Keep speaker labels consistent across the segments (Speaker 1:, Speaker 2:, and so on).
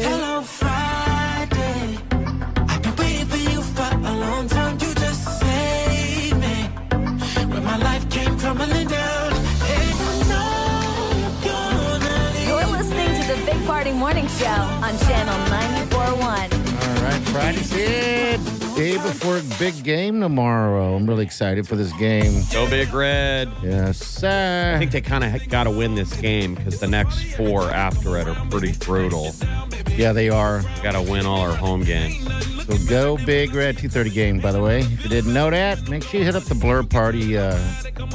Speaker 1: Hello, Friday. I've been waiting for you for a long time. You just saved me when my life came crumbling down. And I know you're gonna leave.
Speaker 2: You're listening to the Big Party Morning Show on Channel 941.
Speaker 3: All right, Friday's here. Day before big game tomorrow. I'm really excited for this game.
Speaker 4: Go big red.
Speaker 3: Yes, sir.
Speaker 4: I think they kind of got to win this game because the next four after it are pretty brutal.
Speaker 3: yeah, they are.
Speaker 4: Got to win all our home games.
Speaker 3: So go big red 2:30 game. By the way, if you didn't know that, make sure you hit up the Blur Party uh,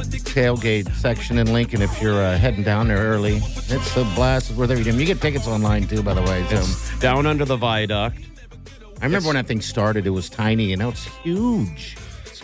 Speaker 3: tailgate section in Lincoln if you're uh, heading down there early. It's a blast. It's worth every game. You get tickets online too, by the way. So
Speaker 4: It's down under the viaduct.
Speaker 3: I remember when that thing started, it was tiny, and now it's huge.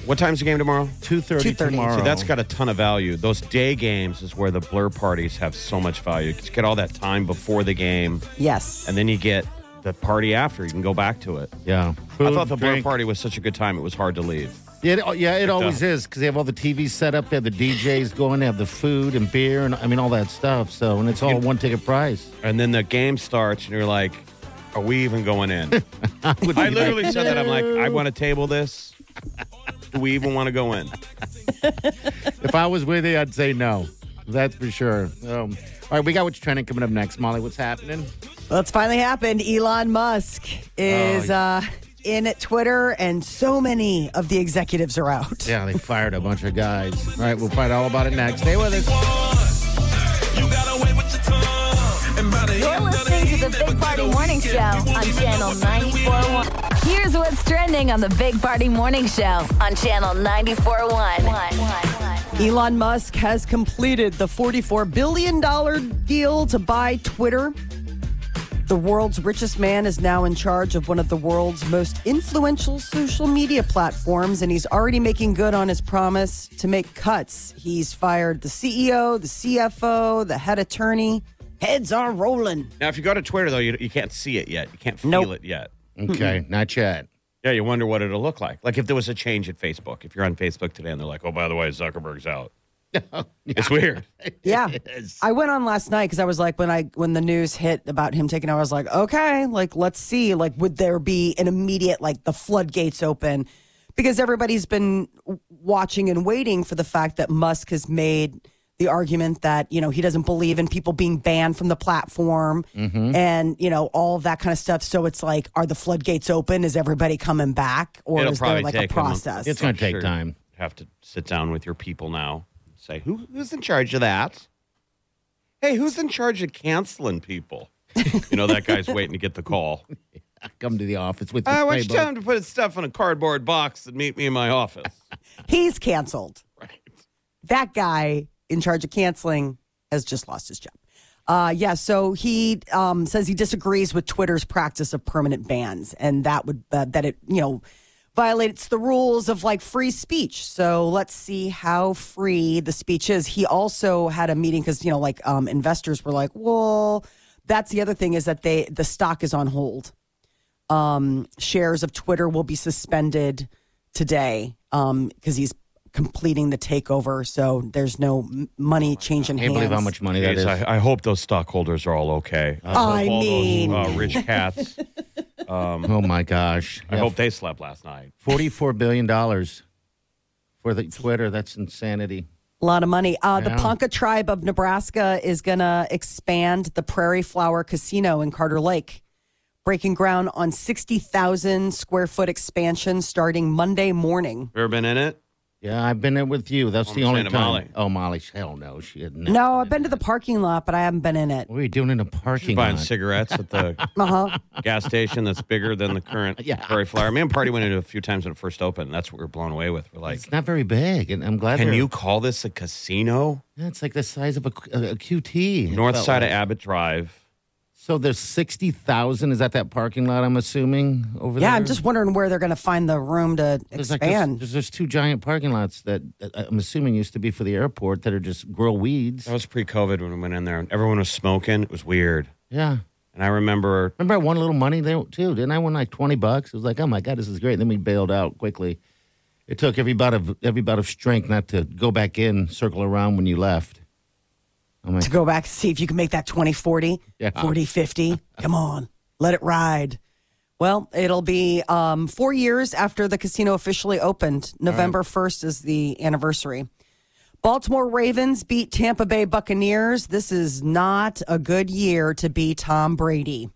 Speaker 4: What time's the game tomorrow?
Speaker 3: 2:30 tomorrow.
Speaker 4: See, that's got a ton of value. Those day games is where the blur parties have so much value. Just get all that time before the game,
Speaker 5: Yes.
Speaker 4: and then you get the party after. You can go back to it.
Speaker 3: yeah.
Speaker 4: I
Speaker 3: Food,
Speaker 4: thought the blur
Speaker 3: drink.
Speaker 4: party was such a good time; it was hard to leave.
Speaker 3: Yeah, it, uh, yeah, it always
Speaker 4: does.
Speaker 3: is because they have all the TVs set up, they have the DJs going, they have the food and beer, and I mean all that stuff. So, and it's all one ticket price.
Speaker 4: And then the game starts, and you're like, "Are we even going in?"
Speaker 3: Would
Speaker 4: I
Speaker 3: be
Speaker 4: literally
Speaker 3: like-
Speaker 4: said that. I'm like, I want to table this. Do we even want to go in?
Speaker 3: if I was with you, I'd say no. That's for sure. Um, all right, we got what's trending coming up next, Molly. What's happening?
Speaker 5: Well, it's finally happened. Elon Musk is uh, in at Twitter, and so many of the executives are out.
Speaker 3: Yeah, they fired a bunch of guys. All right, we'll find out all about it next. Stay with us.
Speaker 1: You got away with your tongue. And by the
Speaker 2: You're
Speaker 1: end of the
Speaker 2: listening
Speaker 1: evening,
Speaker 2: to the Big
Speaker 1: never
Speaker 2: Party
Speaker 1: get a
Speaker 2: Morning
Speaker 1: weekend.
Speaker 2: Show on Channel 941. Here's what's trending on the Big Party Morning Show on Channel 941.
Speaker 5: Elon Musk has completed the $44 billion deal to buy Twitter. The world's richest man is now in charge of one of the world's most influential social media platforms, and he's already making good on his promise to make cuts. He's fired the CEO, the CFO, the head attorney. Heads are rolling.
Speaker 4: Now, if you go to Twitter, though, you, you can't see it yet. You can't feel
Speaker 5: Nope.
Speaker 4: it yet.
Speaker 3: Okay, not yet.
Speaker 4: Yeah, you wonder what it'll look like. Like if there was a change at Facebook. If you're on Facebook today and they're like, oh, by the way, Zuckerberg's out.
Speaker 3: Oh,
Speaker 4: It's weird.
Speaker 5: Yeah. I went on last night because I was like, when I when the news hit about him taking over, I was like, okay, like let's see, like would there be an immediate like the floodgates open? Because everybody's been w- watching and waiting for the fact that Musk has made the argument that you know he doesn't believe in people being banned from the platform
Speaker 4: Mm-hmm.
Speaker 5: and you know all of that kind of stuff. So it's like, are the floodgates open? Is everybody coming back, or
Speaker 4: It'll
Speaker 5: is there
Speaker 4: probably
Speaker 5: like a
Speaker 4: take him a-
Speaker 5: process?
Speaker 3: It's going to take
Speaker 4: Sure.
Speaker 3: time.
Speaker 4: Have to sit down with your people now and say, Who, who's in charge of that? Hey, who's in charge of canceling people? you know, that guy's waiting to get the call.
Speaker 3: Come to the office with your
Speaker 4: I want Uh, you
Speaker 3: playbook.
Speaker 4: tell him to put his stuff in a cardboard box and meet me in my office.
Speaker 5: He's canceled.
Speaker 4: right.
Speaker 5: that guy in charge of canceling has just lost his job. Uh, yeah, so he um, says he disagrees with Twitter's practice of permanent bans, and that would uh, that it you know violates the rules of like free speech. So let's see how free the speech is. He also had a meeting because you know like um, investors were like, well, that's the other thing is that they the stock is on hold um, shares of Twitter will be suspended today because he's completing the takeover. So there's no m- money changing
Speaker 3: Oh Can't
Speaker 5: hands.
Speaker 3: believe how much uh, money that
Speaker 4: Jeez,
Speaker 3: is.
Speaker 4: I, I hope those stockholders are all okay. I hope
Speaker 5: I
Speaker 4: Uh, all
Speaker 5: mean-
Speaker 4: those uh, rich cats.
Speaker 3: oh my gosh!
Speaker 4: I
Speaker 3: Yeah,
Speaker 4: hope they slept last night.
Speaker 3: forty-four billion dollars for the Twitter. That's insanity.
Speaker 5: A lot of money. Uh, The
Speaker 3: Yeah.
Speaker 5: Ponca tribe of Nebraska is going to expand the Prairie Flower Casino in Carter Lake, breaking ground on 60,000 square foot expansion starting Monday morning.
Speaker 4: You ever been in it?
Speaker 3: Yeah, I've been in with you. That's
Speaker 4: I'm
Speaker 3: the only
Speaker 4: saying
Speaker 3: time.
Speaker 4: to Molly.
Speaker 3: Oh, Molly, hell no, she didn't.
Speaker 5: No, I've been to the parking lot, but I haven't been in it.
Speaker 3: What are you doing in a parking
Speaker 4: Buying
Speaker 3: lot?
Speaker 4: cigarettes at the
Speaker 5: Uh huh.
Speaker 4: gas station that's bigger than the current
Speaker 3: Yeah.
Speaker 4: Prairie Flower. Me and Party went in a few times when it first opened. and That's what we were blown away with. We're like,
Speaker 3: It's not very big, and I'm glad.
Speaker 4: can
Speaker 3: they're-
Speaker 4: you call this a casino?
Speaker 3: Yeah, It's like the size of a, a, a QT. it
Speaker 4: North
Speaker 3: felt
Speaker 4: side
Speaker 3: like.
Speaker 4: of Abbott Drive.
Speaker 3: So there's sixty thousand. Is that that parking lot? I'm assuming over there.
Speaker 5: Yeah, I'm just wondering where they're going to find the room to
Speaker 3: There's like this,
Speaker 5: expand.
Speaker 3: there's, there's two giant parking lots that uh, I'm assuming used to be for the airport that are just grow weeds.
Speaker 4: That was pre-COVID when we went in there, and everyone was smoking. It was weird.
Speaker 3: Yeah.
Speaker 4: And I remember
Speaker 3: Remember, I won a little money there too. Didn't I win like twenty bucks? It was like, oh my god, this is great. Then we bailed out quickly. It took every bout of every bout of strength not to go back in, circle around when you left. I'm like,
Speaker 5: to go back and see if you can make that 20 40
Speaker 3: Yeah.
Speaker 5: 40 50 come on let it ride well it'll be um, four years after the casino officially opened november 1st is the anniversary baltimore ravens beat tampa bay buccaneers this is not a good year to be tom brady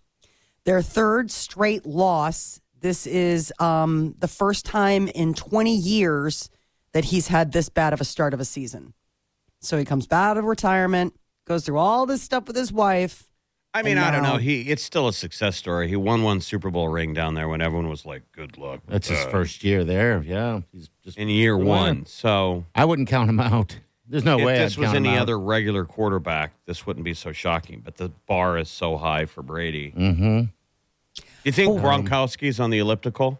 Speaker 5: their third straight loss this is um, the first time in 20 years that he's had this bad of a start of a season so he comes out of retirement, goes through all this stuff with his wife.
Speaker 4: I mean,
Speaker 5: And
Speaker 4: I don't
Speaker 5: now-
Speaker 4: know. He it's still a success story. He won one Super Bowl ring down there when everyone was like, "Good luck." with
Speaker 3: that's his
Speaker 4: that."
Speaker 3: first year there. Yeah, he's just.
Speaker 4: in year one. So
Speaker 3: I wouldn't count him out. There's no
Speaker 4: if
Speaker 3: way.
Speaker 4: this
Speaker 3: I'd
Speaker 4: was
Speaker 3: count him
Speaker 4: any
Speaker 3: out.
Speaker 4: other regular quarterback, this wouldn't be so shocking. But the bar is so high for Brady.
Speaker 3: Mhm.
Speaker 4: You think Gronkowski's on the elliptical?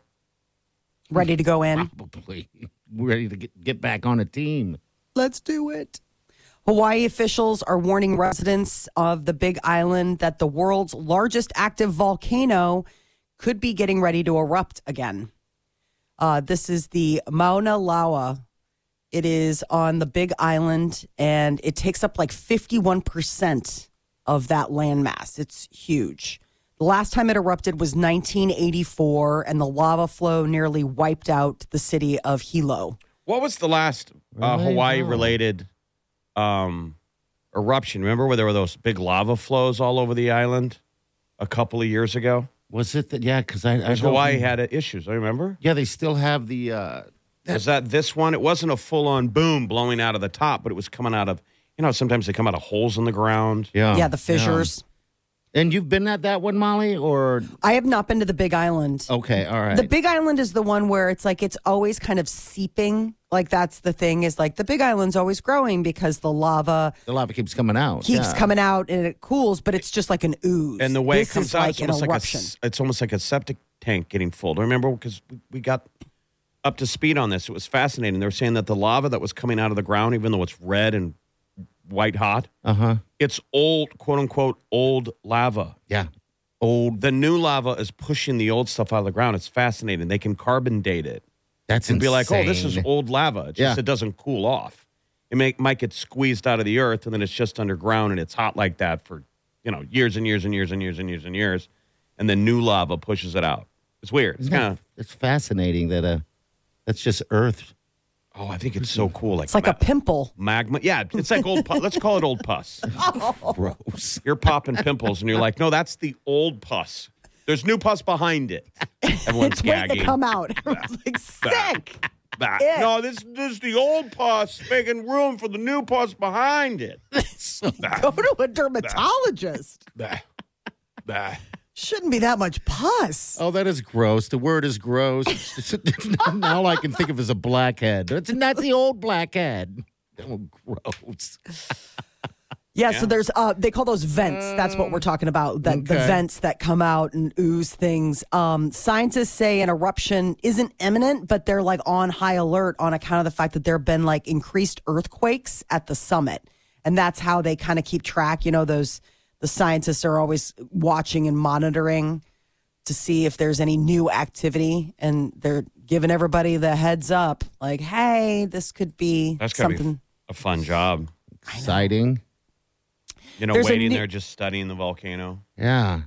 Speaker 5: Ready to go in.
Speaker 3: probably ready to get, get back on a team.
Speaker 5: Let's do it. Hawaii officials are warning residents of the Big Island that the world's largest active volcano could be getting ready to erupt again. Uh, this is the Mauna Loa. It is on the Big Island and it takes up like 51% of that landmass. It's huge. The last time it erupted was 1984, and the lava flow nearly wiped out the city of Hilo.
Speaker 4: What was the last uh,
Speaker 3: Really?
Speaker 4: Hawaii related um, eruption? Remember where there were those big lava flows all over the island a couple of years ago?
Speaker 3: Was it that? Yeah, because I, I don't-
Speaker 4: Hawaii had uh, issues. I remember.
Speaker 3: Yeah, they still have the. Uh,
Speaker 4: Was that this one? It wasn't a full on boom blowing out of the top, but it was coming out of, you know, sometimes they come out of holes in the ground.
Speaker 3: Oh, yeah,
Speaker 5: yeah, the fissures.
Speaker 3: And you've been at that one, Molly, or
Speaker 5: I have not been to the Big Island.
Speaker 3: okay, all right.
Speaker 5: The Big Island is the one where it's like it's always kind of seeping. Like that's the thing is like the Big Island's always growing because the lava
Speaker 3: the lava keeps coming out.
Speaker 5: keeps
Speaker 3: yeah.
Speaker 5: coming out and it cools, but it's just like an ooze.
Speaker 4: And the way
Speaker 5: This
Speaker 4: it comes
Speaker 5: is
Speaker 4: out,
Speaker 5: like
Speaker 4: it's,
Speaker 5: an
Speaker 4: almost like a,
Speaker 5: eruption.
Speaker 4: s- it's almost like a septic tank getting full. Do you remember? Because we, we got up to speed on this. It was fascinating. They were saying that the lava that was coming out of the ground, even though it's red and white hot,
Speaker 3: Uh huh.
Speaker 4: it's old, quote unquote, old lava.
Speaker 3: Yeah. Old.
Speaker 4: The new lava is pushing the old stuff out of the ground. It's fascinating. They can carbon date it.
Speaker 3: That's
Speaker 4: and
Speaker 3: insane.
Speaker 4: be like, oh, this is old lava. It's just
Speaker 3: Yeah.
Speaker 4: it doesn't cool off. It may, might get squeezed out of the earth and then it's just underground and it's hot like that for, you know, years and years and years and years and years and years. And then new lava pushes it out. It's weird. It's
Speaker 3: Isn't that-
Speaker 4: kind of,
Speaker 3: It's fascinating that uh, that's just Earth.
Speaker 4: oh, I think it's so cool. Like
Speaker 5: it's like a pimple.
Speaker 4: magma. Yeah, it's like old pus. Let's call it old pus.
Speaker 5: Oh,
Speaker 3: Gross.
Speaker 4: You're popping pimples and you're like, no, that's the old pus. There's new pus behind it. Everyone's
Speaker 5: It's waiting to
Speaker 4: gagging.
Speaker 5: come out. It's like sick.
Speaker 4: Bah. No, this, this is the old pus making room for the new pus behind it.
Speaker 5: Go to a dermatologist. Shouldn't be that much pus.
Speaker 3: Oh, that is gross. The word is gross. It's- it's- all I can think of is a blackhead. It's not the old blackhead. Oh, gross.
Speaker 5: Yeah, so there's uh they call those vents. That's what we're
Speaker 4: Mm.
Speaker 5: talking about. That the
Speaker 3: okay.
Speaker 5: vents that come out and ooze things. Um scientists say an eruption isn't imminent, but they're like on high alert on account of the fact that there have been like increased earthquakes at the summit. And that's how they kind of keep track, you know, those the scientists are always watching and monitoring to see if there's any new activity, and they're giving everybody the heads up, like, "Hey, this could be
Speaker 4: That's gotta
Speaker 5: something."
Speaker 4: be a fun job.
Speaker 3: Exciting.
Speaker 4: You know,
Speaker 5: There's a
Speaker 4: waiting
Speaker 5: new-
Speaker 4: there just studying the volcano.
Speaker 3: Yeah.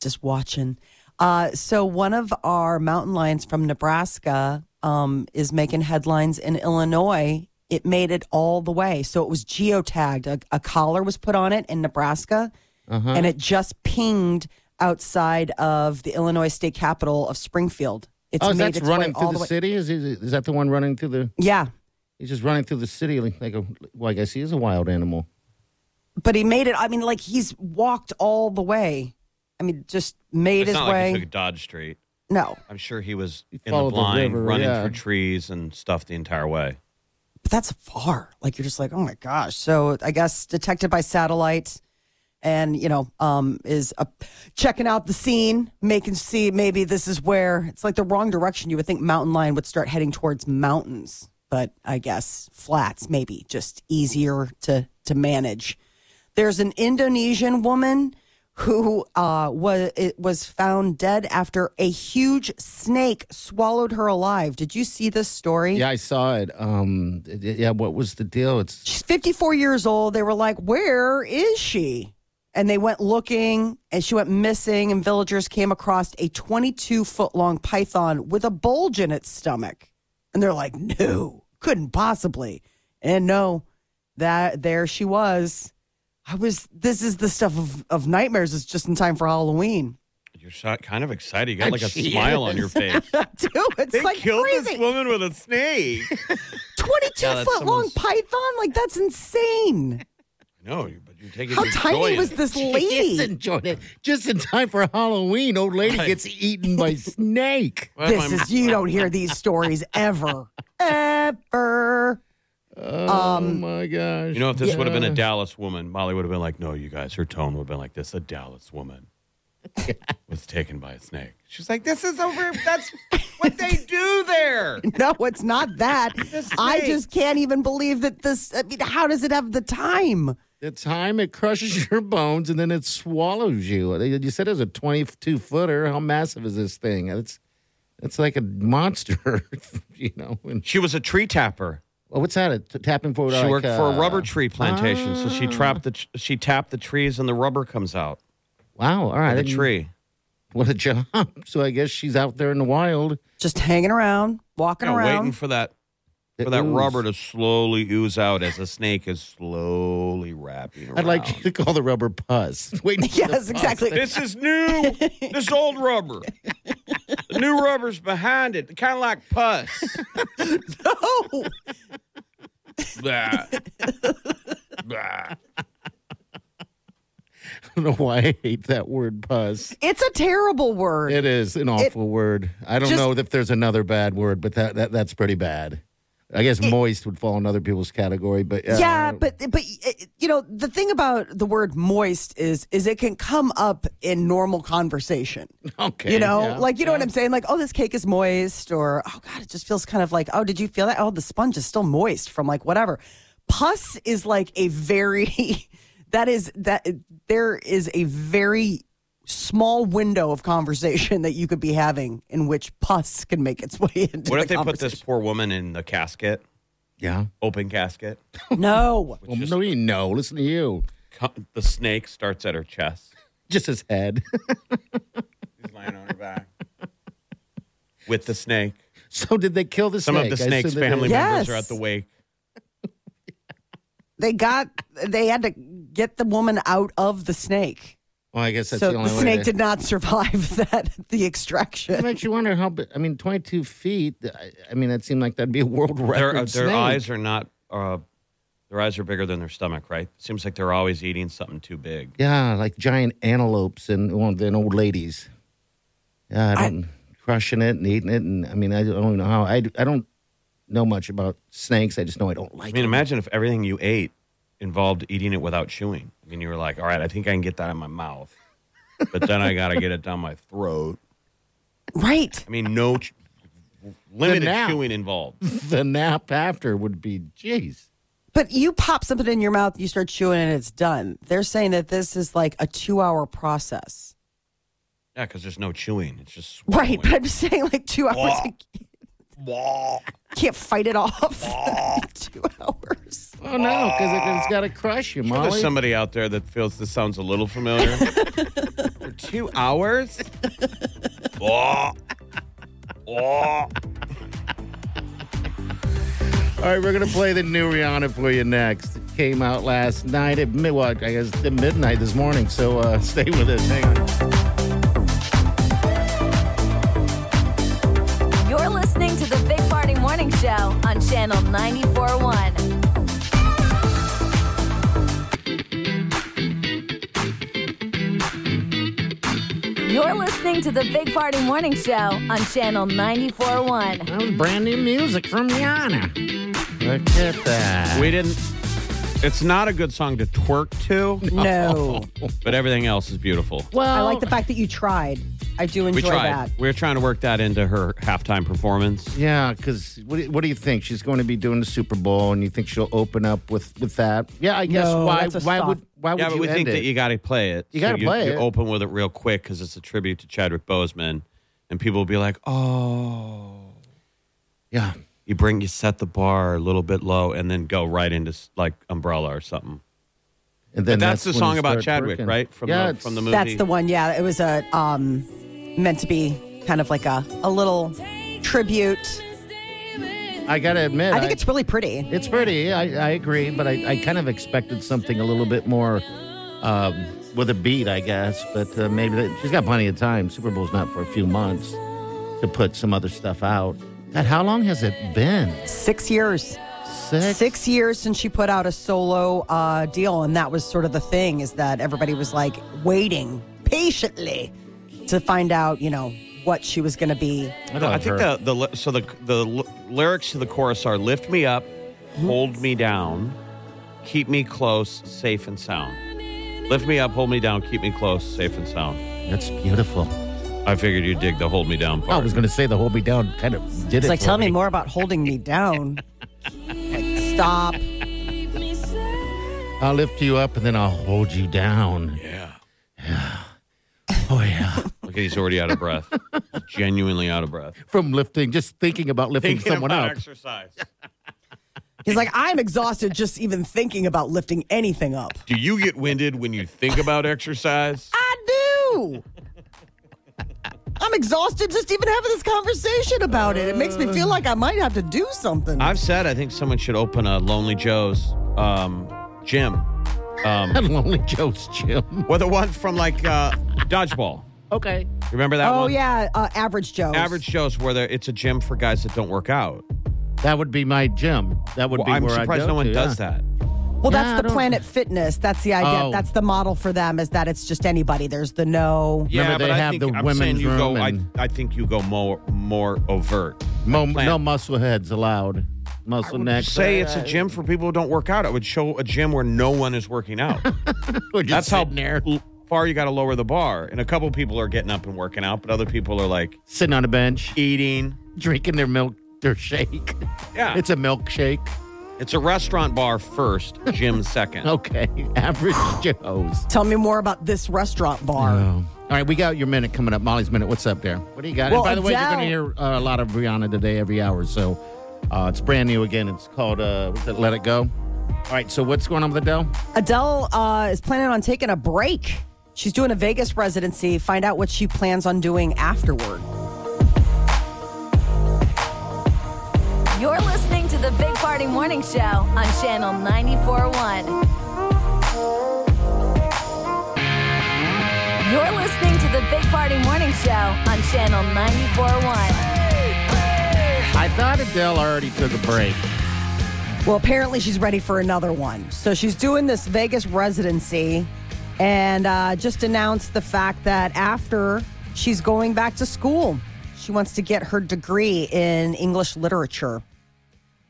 Speaker 5: just watching. Uh, so one of our mountain lions from Nebraska um, is making headlines in Illinois. It made it all the way, so it was geotagged. A, a collar was put on it in Nebraska, and it just pinged outside of the Illinois state capital of Springfield. It's
Speaker 3: oh,
Speaker 5: made
Speaker 3: that's
Speaker 5: its
Speaker 3: running
Speaker 5: way
Speaker 3: through
Speaker 5: all
Speaker 3: the,
Speaker 5: the way-
Speaker 3: city? Is, is is that the one running through the?
Speaker 5: Yeah,
Speaker 3: He's just running through the city like, like a well. I guess he is a wild animal.
Speaker 5: but he made it. I mean, like he's walked all the way. I mean, just made
Speaker 4: it's
Speaker 5: his
Speaker 4: not
Speaker 5: way.
Speaker 4: like he took Dodge Street.
Speaker 5: no,
Speaker 4: I'm sure he was in the
Speaker 3: followed the
Speaker 4: blind,
Speaker 3: river,
Speaker 4: running
Speaker 3: yeah.
Speaker 4: through trees and stuff the entire way.
Speaker 5: but that's far. Like you're just like, oh my gosh. So I guess detected by satellite, and you know, um, is uh checking out the scene, making see maybe this is where it's like the wrong direction. You would think mountain lion would start heading towards mountains, but I guess flats maybe just easier to to manage. There's an Indonesian woman who uh, was it was found dead after a huge snake swallowed her alive. Did you see this story?
Speaker 3: Yeah, I saw it. Um, it- it- yeah, what was the deal? It's
Speaker 5: She's 54 years old. They were like, Where is she? And they went looking and she went missing, and villagers came across a 22 foot long python with a bulge in its stomach. And they're like, No, couldn't possibly. And no, that there she was. I was, this is the stuff of, of nightmares. It's just in time for Halloween.
Speaker 4: You're so- kind of excited. You got
Speaker 3: And
Speaker 4: like a
Speaker 3: she
Speaker 4: smile on
Speaker 3: is.
Speaker 4: your face.
Speaker 5: Dude, it's
Speaker 4: they
Speaker 5: like
Speaker 4: killed
Speaker 5: crazy.
Speaker 4: this woman with a snake.
Speaker 5: 22
Speaker 4: Yeah, that's
Speaker 5: foot long
Speaker 4: someone's-
Speaker 5: python? Like, that's insane.
Speaker 4: no, you- but you take it.
Speaker 5: How
Speaker 4: you enjoy
Speaker 5: tiny
Speaker 4: it.
Speaker 5: was this
Speaker 3: Yes,
Speaker 5: lady?
Speaker 3: enjoy it just in time for Halloween. Old lady
Speaker 4: Right.
Speaker 3: gets eaten by snake.
Speaker 4: Well,
Speaker 5: this
Speaker 4: I'm-
Speaker 5: is you don't hear these stories ever ever
Speaker 3: Oh my gosh!
Speaker 4: You know, if this would have been a Dallas woman, Molly would have been like, "No, you guys." Her tone would have been like, "This a Dallas woman was taken by a snake." She's like, "This is over. That's what they do there."
Speaker 5: no it's not that i just can't even believe that this i mean how does it have the time
Speaker 3: the time it crushes your bones and then it swallows you. You said it was a twenty-two footer. How massive is this thing? It's it's like a monster. you know. And,
Speaker 4: She was a tree tapper.
Speaker 3: well, what's that? It tapping for
Speaker 4: She
Speaker 3: like,
Speaker 4: worked for a
Speaker 3: uh, Ah.
Speaker 4: rubber tree plantation, so she trapped the tr- she tapped the trees, and the rubber comes out
Speaker 3: Wow! All right,
Speaker 4: of the
Speaker 3: I didn't-
Speaker 4: tree.
Speaker 3: What a job! So I guess she's out there in the wild.
Speaker 5: just hanging around walking
Speaker 4: You know,
Speaker 5: around
Speaker 4: waiting for that for that
Speaker 3: Ooze.
Speaker 4: rubber to slowly ooze out as the snake is slowly wrapping. Around.
Speaker 3: I'd like you to call the rubber pus. Wait,
Speaker 5: yes exactly
Speaker 4: This is new. this old rubber. The new rubber's behind it. Kind of like pus.
Speaker 5: oh
Speaker 4: Blah. Blah.
Speaker 3: I don't know why I hate that word pus.
Speaker 5: it's a terrible word
Speaker 3: It is an awful word. I don't
Speaker 5: just-
Speaker 3: know if there's another bad word, but that, that that's pretty bad. I guess moist would fall in other people's category, but uh,
Speaker 5: yeah, but but you know the thing about the word moist is is it can come up in normal conversation.
Speaker 3: okay,
Speaker 5: you know,
Speaker 3: yeah,
Speaker 5: like you know what
Speaker 3: yeah.
Speaker 5: I'm saying? Like, oh, this cake is moist, or oh god, it just feels kind of like, oh, did you feel that? Oh, the sponge is still moist from like whatever. Pus is like a very that is that there is a very small window of conversation that you could be having in which pus can make its way into
Speaker 4: What
Speaker 5: the
Speaker 4: if they put this
Speaker 5: conversation.
Speaker 4: poor woman in the casket,
Speaker 3: Yeah.
Speaker 4: open casket?
Speaker 5: no
Speaker 3: Well, no, you know. Listen to you.
Speaker 4: Co- The snake starts at her chest.
Speaker 3: Just his head.
Speaker 4: She's lying on her back. With the snake.
Speaker 3: so did they kill the
Speaker 4: Some
Speaker 3: snake?
Speaker 4: of the
Speaker 3: I
Speaker 4: snake's
Speaker 3: assume they
Speaker 4: family
Speaker 3: did.
Speaker 5: Yeah.
Speaker 4: members
Speaker 5: Yes.
Speaker 4: are at the wake.
Speaker 5: they got they had to get the woman out of the snake
Speaker 3: Well, I guess that's
Speaker 5: so
Speaker 3: the
Speaker 5: the,
Speaker 3: only way.
Speaker 5: snake
Speaker 3: to-
Speaker 5: did not survive that the extraction
Speaker 3: It makes you wonder how. bi- I mean, twenty-two feet. I, I mean, that seemed like that'd be a world record.
Speaker 4: Their, uh, their
Speaker 3: snake.
Speaker 4: eyes are not, uh, their eyes are bigger than their stomach, right? Seems like they're always eating something too big.
Speaker 3: Yeah, like giant antelopes and well, then old ladies. Yeah, I don't crushing it and eating it, and I mean, I don't even know how. I, I don't know much about snakes. I just know I don't like.
Speaker 4: I mean,
Speaker 3: them.
Speaker 4: imagine if everything you ate involved eating it without chewing. I mean, you were like, all right, I think I can get that in my mouth, but then I got to get it down my throat.
Speaker 5: right
Speaker 4: I mean, no ch- limited
Speaker 3: now.
Speaker 4: chewing involved.
Speaker 3: the nap after would be, jeez.
Speaker 5: But you pop something in your mouth, you start chewing, and it's done. They're saying that this is like a two hour process.
Speaker 4: Yeah, because there's no chewing. It's just
Speaker 5: Right, but I'm saying like two hours. I can't- Can't fight it off. two hours.
Speaker 3: Oh no, because it, has got to crush you,
Speaker 4: Sure
Speaker 3: Molly.
Speaker 4: there's somebody out there that feels this sounds a little familiar. For two hours? oh. Oh.
Speaker 3: All right, we're gonna play the new Rihanna for you next. It came out last night at mid, well, I guess at midnight this morning. So uh, stay with us. Hang on.
Speaker 2: You're listening to the Big Party Morning Show on Channel 94.1. You're listening to the Big Party Morning Show on Channel 94.1.
Speaker 3: That was brand new music from Rihanna. Look at that.
Speaker 4: We didn't. It's not a good song to twerk to,
Speaker 5: No.
Speaker 4: but everything else is beautiful.
Speaker 3: well,
Speaker 5: I like the fact that you tried. I do enjoy
Speaker 4: We tried.
Speaker 5: that.
Speaker 4: We were trying to work that into her halftime performance.
Speaker 3: Yeah, because what, do- what do you think she's going to be doing the Super Bowl, and you think she'll open up with with that? Yeah, I guess
Speaker 5: No,
Speaker 3: why
Speaker 5: that's a
Speaker 3: why
Speaker 5: stop.
Speaker 3: would why would
Speaker 4: yeah, but
Speaker 3: you
Speaker 4: we
Speaker 3: end
Speaker 4: think
Speaker 3: it?
Speaker 4: that you got to play it.
Speaker 3: You gotta play
Speaker 4: you
Speaker 3: it.
Speaker 4: open with it real quick because it's a tribute to Chadwick Boseman, and people will be like, "Oh,
Speaker 3: yeah,
Speaker 4: you bring you set the bar a little bit low, and then go right into s- like Umbrella or something."
Speaker 3: and then
Speaker 4: that's the
Speaker 3: when you
Speaker 4: song about
Speaker 3: start
Speaker 4: Chadwick,
Speaker 3: twerking.
Speaker 4: right? From
Speaker 3: yeah,
Speaker 4: the
Speaker 3: it's-
Speaker 4: from the movie.
Speaker 5: That's the one. Yeah, it was a um, meant to be kind of like a a little tribute.
Speaker 3: I gotta admit,
Speaker 5: I think it's really pretty.
Speaker 3: It's pretty. I, I agree, but I, I kind of expected something a little bit more um, with a beat, I guess. But uh, maybe that, she's got plenty of time. Super Bowl's not for a few months to put some other stuff out. God, how long has it been?
Speaker 5: Six years,
Speaker 3: Six.
Speaker 5: six years since she put out a solo uh, deal, and that was sort of the thing is that everybody was like waiting patiently to find out, you know, what she was going to be.
Speaker 3: I,
Speaker 4: I
Speaker 3: love
Speaker 4: think
Speaker 3: her.
Speaker 4: the, the li- so the the l- lyrics to the chorus are "Lift me up, hold me down, keep me close, safe and sound." Lift me up, hold me down, keep me close, safe and sound.
Speaker 3: that's beautiful.
Speaker 4: I figured you'd dig the "hold me down"
Speaker 3: I
Speaker 4: part.
Speaker 3: was going to say the hold me down kind of did
Speaker 5: It's
Speaker 3: it.
Speaker 5: like,
Speaker 3: for
Speaker 5: tell me more about holding me down. like, stop.
Speaker 3: I'll lift you up and then I'll hold you down.
Speaker 4: yeah.
Speaker 3: Oh yeah,
Speaker 4: Look, he's already out of breath. Genuinely out of breath.
Speaker 3: from lifting, just thinking about lifting someone
Speaker 4: about
Speaker 3: up.
Speaker 4: exercise.
Speaker 5: He's like, I'm exhausted just even thinking about lifting anything up.
Speaker 4: Do you get winded when you think about exercise?
Speaker 5: I do. I'm exhausted just even having this conversation about it. It makes me feel like I might have to do something.
Speaker 4: I've said I think someone should open a Lonely Joe's um, gym. Um,
Speaker 3: Lonely Joe's gym.
Speaker 4: well, the one from like uh, dodgeball.
Speaker 3: Okay.
Speaker 4: Remember that one?
Speaker 5: oh yeah, uh, average Joe.
Speaker 4: Average Joe's where there, it's a gym for guys that don't work out.
Speaker 3: That would be my gym. That would
Speaker 4: Well,
Speaker 3: be
Speaker 4: I'm
Speaker 3: where
Speaker 4: surprised
Speaker 3: I go
Speaker 4: no one
Speaker 3: to,
Speaker 4: does
Speaker 3: yeah.
Speaker 4: that.
Speaker 5: Well, that's
Speaker 3: Yeah, I
Speaker 5: the
Speaker 3: don't-
Speaker 5: Planet Fitness. That's the idea.
Speaker 3: Oh.
Speaker 5: That's the model for them. Is that it's just anybody. There's the no.
Speaker 4: Yeah,
Speaker 3: Remember,
Speaker 4: but
Speaker 3: they
Speaker 4: I
Speaker 3: have
Speaker 4: think
Speaker 3: the
Speaker 4: I'm
Speaker 3: women's
Speaker 4: saying you
Speaker 3: room
Speaker 4: go.
Speaker 3: and-
Speaker 4: I, I think you go more more overt.
Speaker 3: Mo-
Speaker 4: Plan.
Speaker 3: no muscle heads allowed. Muscle necks.
Speaker 4: Say it's a gym for people who don't work out. I would show a gym where no one is working out.
Speaker 3: We're just
Speaker 4: That's how
Speaker 3: sitting there,
Speaker 4: l- far you got to lower the bar. And a couple people are getting up and working out, but other people are like
Speaker 3: sitting on a bench,
Speaker 4: eating.
Speaker 3: drinking their milk, their shake.
Speaker 4: Yeah,
Speaker 3: It's a milkshake.
Speaker 4: it's a restaurant bar first, gym second.
Speaker 3: Okay, average Joe's.
Speaker 5: Tell me more about this restaurant bar.
Speaker 3: Um, all right, we got your minute coming up. Molly's minute. What's up there? What do you got?
Speaker 5: Well,
Speaker 3: and by the way, you're going to
Speaker 5: Adele-
Speaker 3: hear uh, a lot of Rihanna today every hour. So uh, it's brand new again. It's called uh, what's it? Let It Go. All right, so what's going on with Adele?
Speaker 5: Adele uh, is planning on taking a break. She's doing a Vegas residency. Find out what she plans on doing afterward.
Speaker 2: You're listening to the Big Party Morning Show on Channel 94.1. You're listening to the Big Party Morning Show on Channel 94.1.
Speaker 3: I thought Adele already took a break.
Speaker 5: Well, apparently she's ready for another one. So she's doing this Vegas residency and uh, just announced the fact that after she's going back to school, she wants to get her degree in English literature.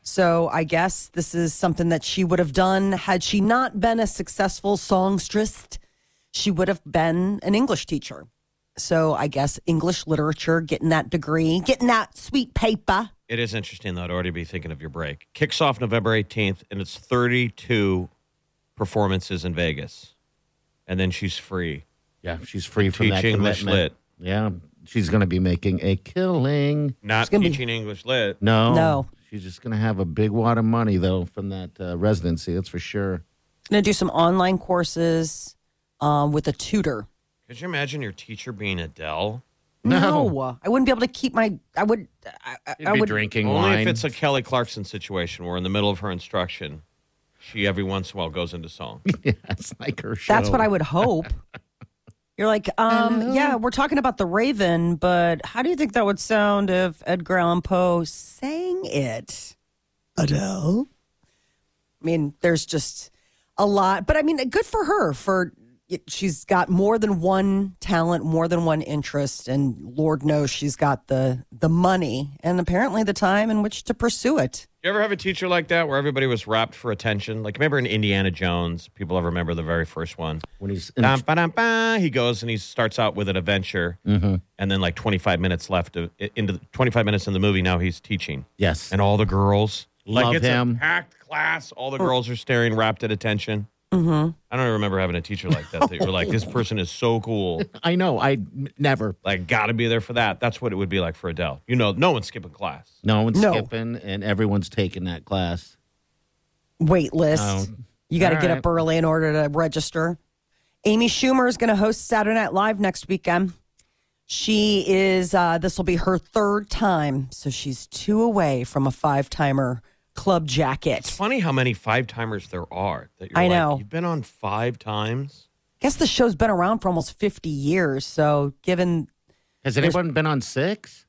Speaker 5: So I guess this is something that she would have done had she not been a successful songstress. She would have been an English teacher. So I guess English literature, getting that degree, getting that sweet paper.
Speaker 4: It is interesting though to already be thinking of your break. Kicks off November 18th, and it's 32 performances in Vegas, and then she's free.
Speaker 3: Yeah, she's free from
Speaker 4: Teach
Speaker 3: that
Speaker 4: English
Speaker 3: commitment.
Speaker 4: lit
Speaker 3: Yeah, she's going to be making a killing.
Speaker 4: Not
Speaker 5: gonna be-
Speaker 4: teaching English lit.
Speaker 3: No,
Speaker 5: No.
Speaker 3: she's just going to have a big wad of money though from that uh, residency. That's for sure.
Speaker 5: Gonna do some online courses um, with a tutor.
Speaker 4: Could you imagine your teacher being Adele?
Speaker 3: No.
Speaker 5: I wouldn't be able to keep my. I would. I, I,
Speaker 3: You'd
Speaker 5: I
Speaker 3: be
Speaker 5: would.
Speaker 3: drinking
Speaker 4: Oh, Only
Speaker 3: wine.
Speaker 4: if it's a Kelly Clarkson situation where in the middle of her instruction, she every once in a while goes into song.
Speaker 3: yeah, it's like her show.
Speaker 5: That's what I would hope. You're like, um, yeah, we're talking about the Raven, but how do you think that would sound if Edgar Allan Poe sang it? Adele. I mean, there's just a lot, but I mean, good for her for she's got more than one talent, more than one interest, and Lord knows she's got the the money and apparently the time in which to pursue it.
Speaker 4: You ever have a teacher like that where everybody was wrapped for attention? Like remember in Indiana Jones, people ever remember the very first one.
Speaker 3: when he's
Speaker 4: Dum, ba, dum, ba. He goes and he starts out with an adventure,
Speaker 3: Mm-hmm.
Speaker 4: and then like 25 minutes left of, into 25 minutes in the movie. Now he's teaching,
Speaker 3: yes,
Speaker 4: and all the girls
Speaker 3: Love
Speaker 4: like it's
Speaker 3: him.
Speaker 4: a packed class. All the girls are staring, wrapped at attention. I don't remember having a teacher like that. That you were like, this person is so cool.
Speaker 3: I know. I n- never.
Speaker 4: Like, gotta be there for that. That's what it would be like for Adele. You know, no one's skipping class.
Speaker 3: No one's
Speaker 5: No.
Speaker 3: skipping, and everyone's taking that class.
Speaker 5: wait list.
Speaker 3: Oh.
Speaker 5: You got to
Speaker 3: All
Speaker 5: get
Speaker 3: right.
Speaker 5: up early in order to register. Amy Schumer is going to host Saturday Night Live next weekend. She is, uh, this will be her third time. So she's two away from a five timer club jacket.
Speaker 4: Funny how many five timers there are. That you're
Speaker 5: I
Speaker 4: like,
Speaker 5: know.
Speaker 4: You've been on five times.
Speaker 5: guess the show's been around for almost 50 years. So given,
Speaker 3: Has anyone been on six?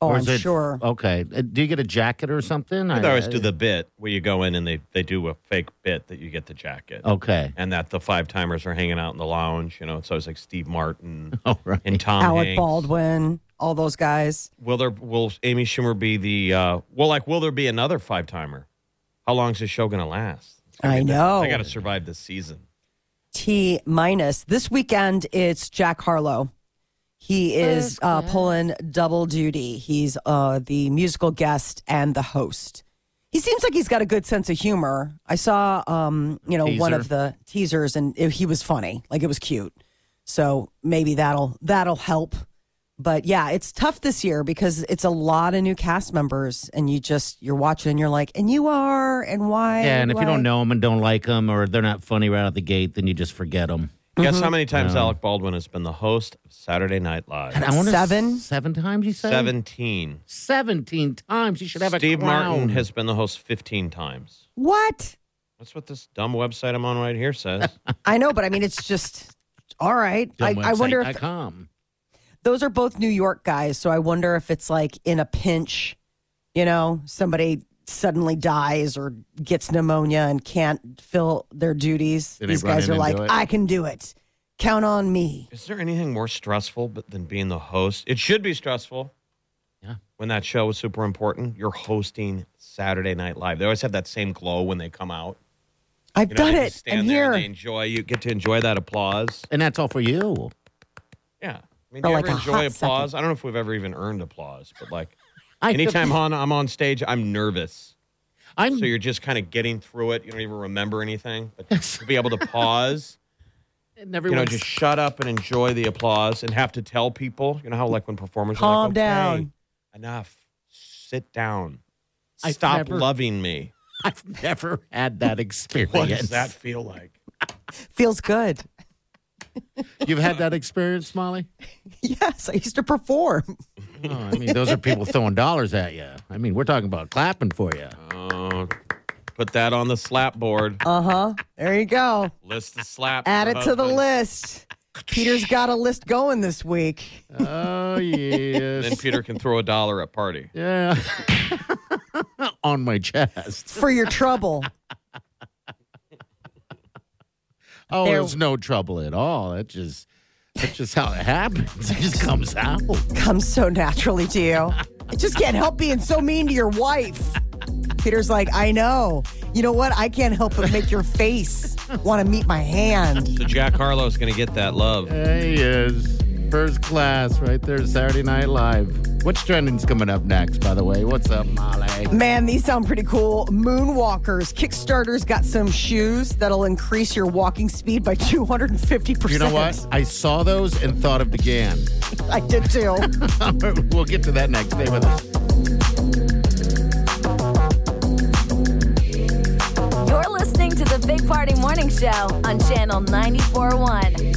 Speaker 5: oh,
Speaker 3: Or
Speaker 5: I'm
Speaker 3: is it-
Speaker 5: sure.
Speaker 3: Okay. Uh, Do you get a jacket or something?
Speaker 4: They always do the bit where you go in and they, they do a fake bit that you get the jacket.
Speaker 5: Oh.
Speaker 3: Okay.
Speaker 4: And that the five timers are hanging out in the lounge. You know, it's always like Steve Martin
Speaker 3: All right.
Speaker 4: and Tom
Speaker 5: Oh, Alec
Speaker 4: Hanks.
Speaker 5: Baldwin, all those guys.
Speaker 4: Will there will Amy Schumer be the uh, well like will there be another five timer? How long's this show gonna last?
Speaker 5: I know.
Speaker 4: I gotta survive this season.
Speaker 5: T minus. This weekend, it's Jack Harlow. He is uh, pulling double duty. He's uh, the musical guest and the host. He seems like he's got a good sense of humor. I saw, um, you know, one
Speaker 3: Teaser.
Speaker 5: of the teasers, and it, he was funny. Like it was cute. So maybe that'll that'll help. But yeah, it's tough this year because it's a lot of new cast members, and you just you're watching, and you're like, and you are, and why?
Speaker 3: Yeah, and if you
Speaker 5: why?"
Speaker 3: don't know them and don't like them, or they're not funny right out the gate, then you just forget them.
Speaker 4: Guess how many times Alec Baldwin has been the host of Saturday Night Live?
Speaker 5: Seven?
Speaker 3: seven times. You said
Speaker 4: Seventeen.
Speaker 3: seventeen times. You should have
Speaker 4: Steve
Speaker 3: a crown.
Speaker 4: Martin has been the host fifteen times.
Speaker 5: what?
Speaker 4: That's what this dumb website I'm on right here says.
Speaker 5: I know, but I mean, it's just all right. I, I wonder if
Speaker 3: com.
Speaker 5: those are both New York guys, so I wonder if it's like in a pinch, you know, somebody suddenly dies or gets pneumonia and can't fill their duties.
Speaker 3: Then they
Speaker 5: These
Speaker 3: run
Speaker 5: guys
Speaker 3: in
Speaker 5: are
Speaker 3: and
Speaker 5: like,
Speaker 3: do it.
Speaker 5: I can do it. Count on me.
Speaker 4: Is there anything more stressful but than being the host? It should be stressful.
Speaker 3: Yeah.
Speaker 4: When that show was super important, you're hosting Saturday Night Live. They always have that same glow when they come out.
Speaker 5: I've
Speaker 4: You know,
Speaker 5: done
Speaker 4: they
Speaker 5: it.
Speaker 4: just
Speaker 5: I'm
Speaker 4: Stand there
Speaker 5: here.
Speaker 4: And they enjoy. You get to enjoy that applause.
Speaker 3: and that's all for you.
Speaker 4: Yeah. I mean, do
Speaker 5: For
Speaker 4: you
Speaker 5: like
Speaker 4: ever
Speaker 5: a hot
Speaker 4: enjoy
Speaker 5: second.
Speaker 4: applause? I don't know if we've ever even earned applause, but like
Speaker 3: I,
Speaker 4: anytime on, I'm on stage, I'm nervous.
Speaker 3: I'm
Speaker 4: So you're just kind of getting through it. You don't even remember anything. But to be able to pause
Speaker 3: and
Speaker 4: you know,
Speaker 3: everyone's-
Speaker 4: just shut up and enjoy the applause and have to tell people, you know how like when performers are
Speaker 5: Calm
Speaker 4: like,
Speaker 5: down.
Speaker 4: "Okay, enough, sit down,
Speaker 3: I've
Speaker 4: stop
Speaker 3: never-
Speaker 4: loving me.
Speaker 3: I've never had that experience.
Speaker 4: What does that feel like?
Speaker 5: Feels good.
Speaker 3: You've had that experience, Molly?
Speaker 5: Yes, I used to perform.
Speaker 3: Oh, I mean, those are people throwing dollars at you. I mean, we're talking about clapping for you.
Speaker 4: Oh, put that on the slap board.
Speaker 5: Uh huh. There you go.
Speaker 4: List the slap.
Speaker 5: Add it to the
Speaker 4: husband.
Speaker 5: list. Peter's got a list going this week.
Speaker 3: Oh
Speaker 4: Then
Speaker 3: yes,
Speaker 4: Peter can throw a dollar at party.
Speaker 3: yeah, on my chest.
Speaker 5: for your trouble.
Speaker 3: Oh,
Speaker 5: There-
Speaker 3: it's no trouble at all. That's just that's just how it happens. It just comes out.
Speaker 5: Comes so naturally to you. I just can't help being so mean to your wife. Peter's like, I know. You know what? I can't help but make your face want to meet my hand.
Speaker 4: So Jack Harlow's going to get that love.
Speaker 3: There he is, first class, right there, Saturday Night Live. What's trending's coming up next, by the way? What's up, Molly?
Speaker 5: Man, these sound pretty cool. Moonwalkers. Kickstarter's got some shoes that'll increase your walking speed by 250%.
Speaker 3: You know what? I saw those and thought of DeGan.
Speaker 5: I did too.
Speaker 3: we'll get to that next. Stay with us.
Speaker 2: You're listening to the Big Party Morning Show on Channel 94.1.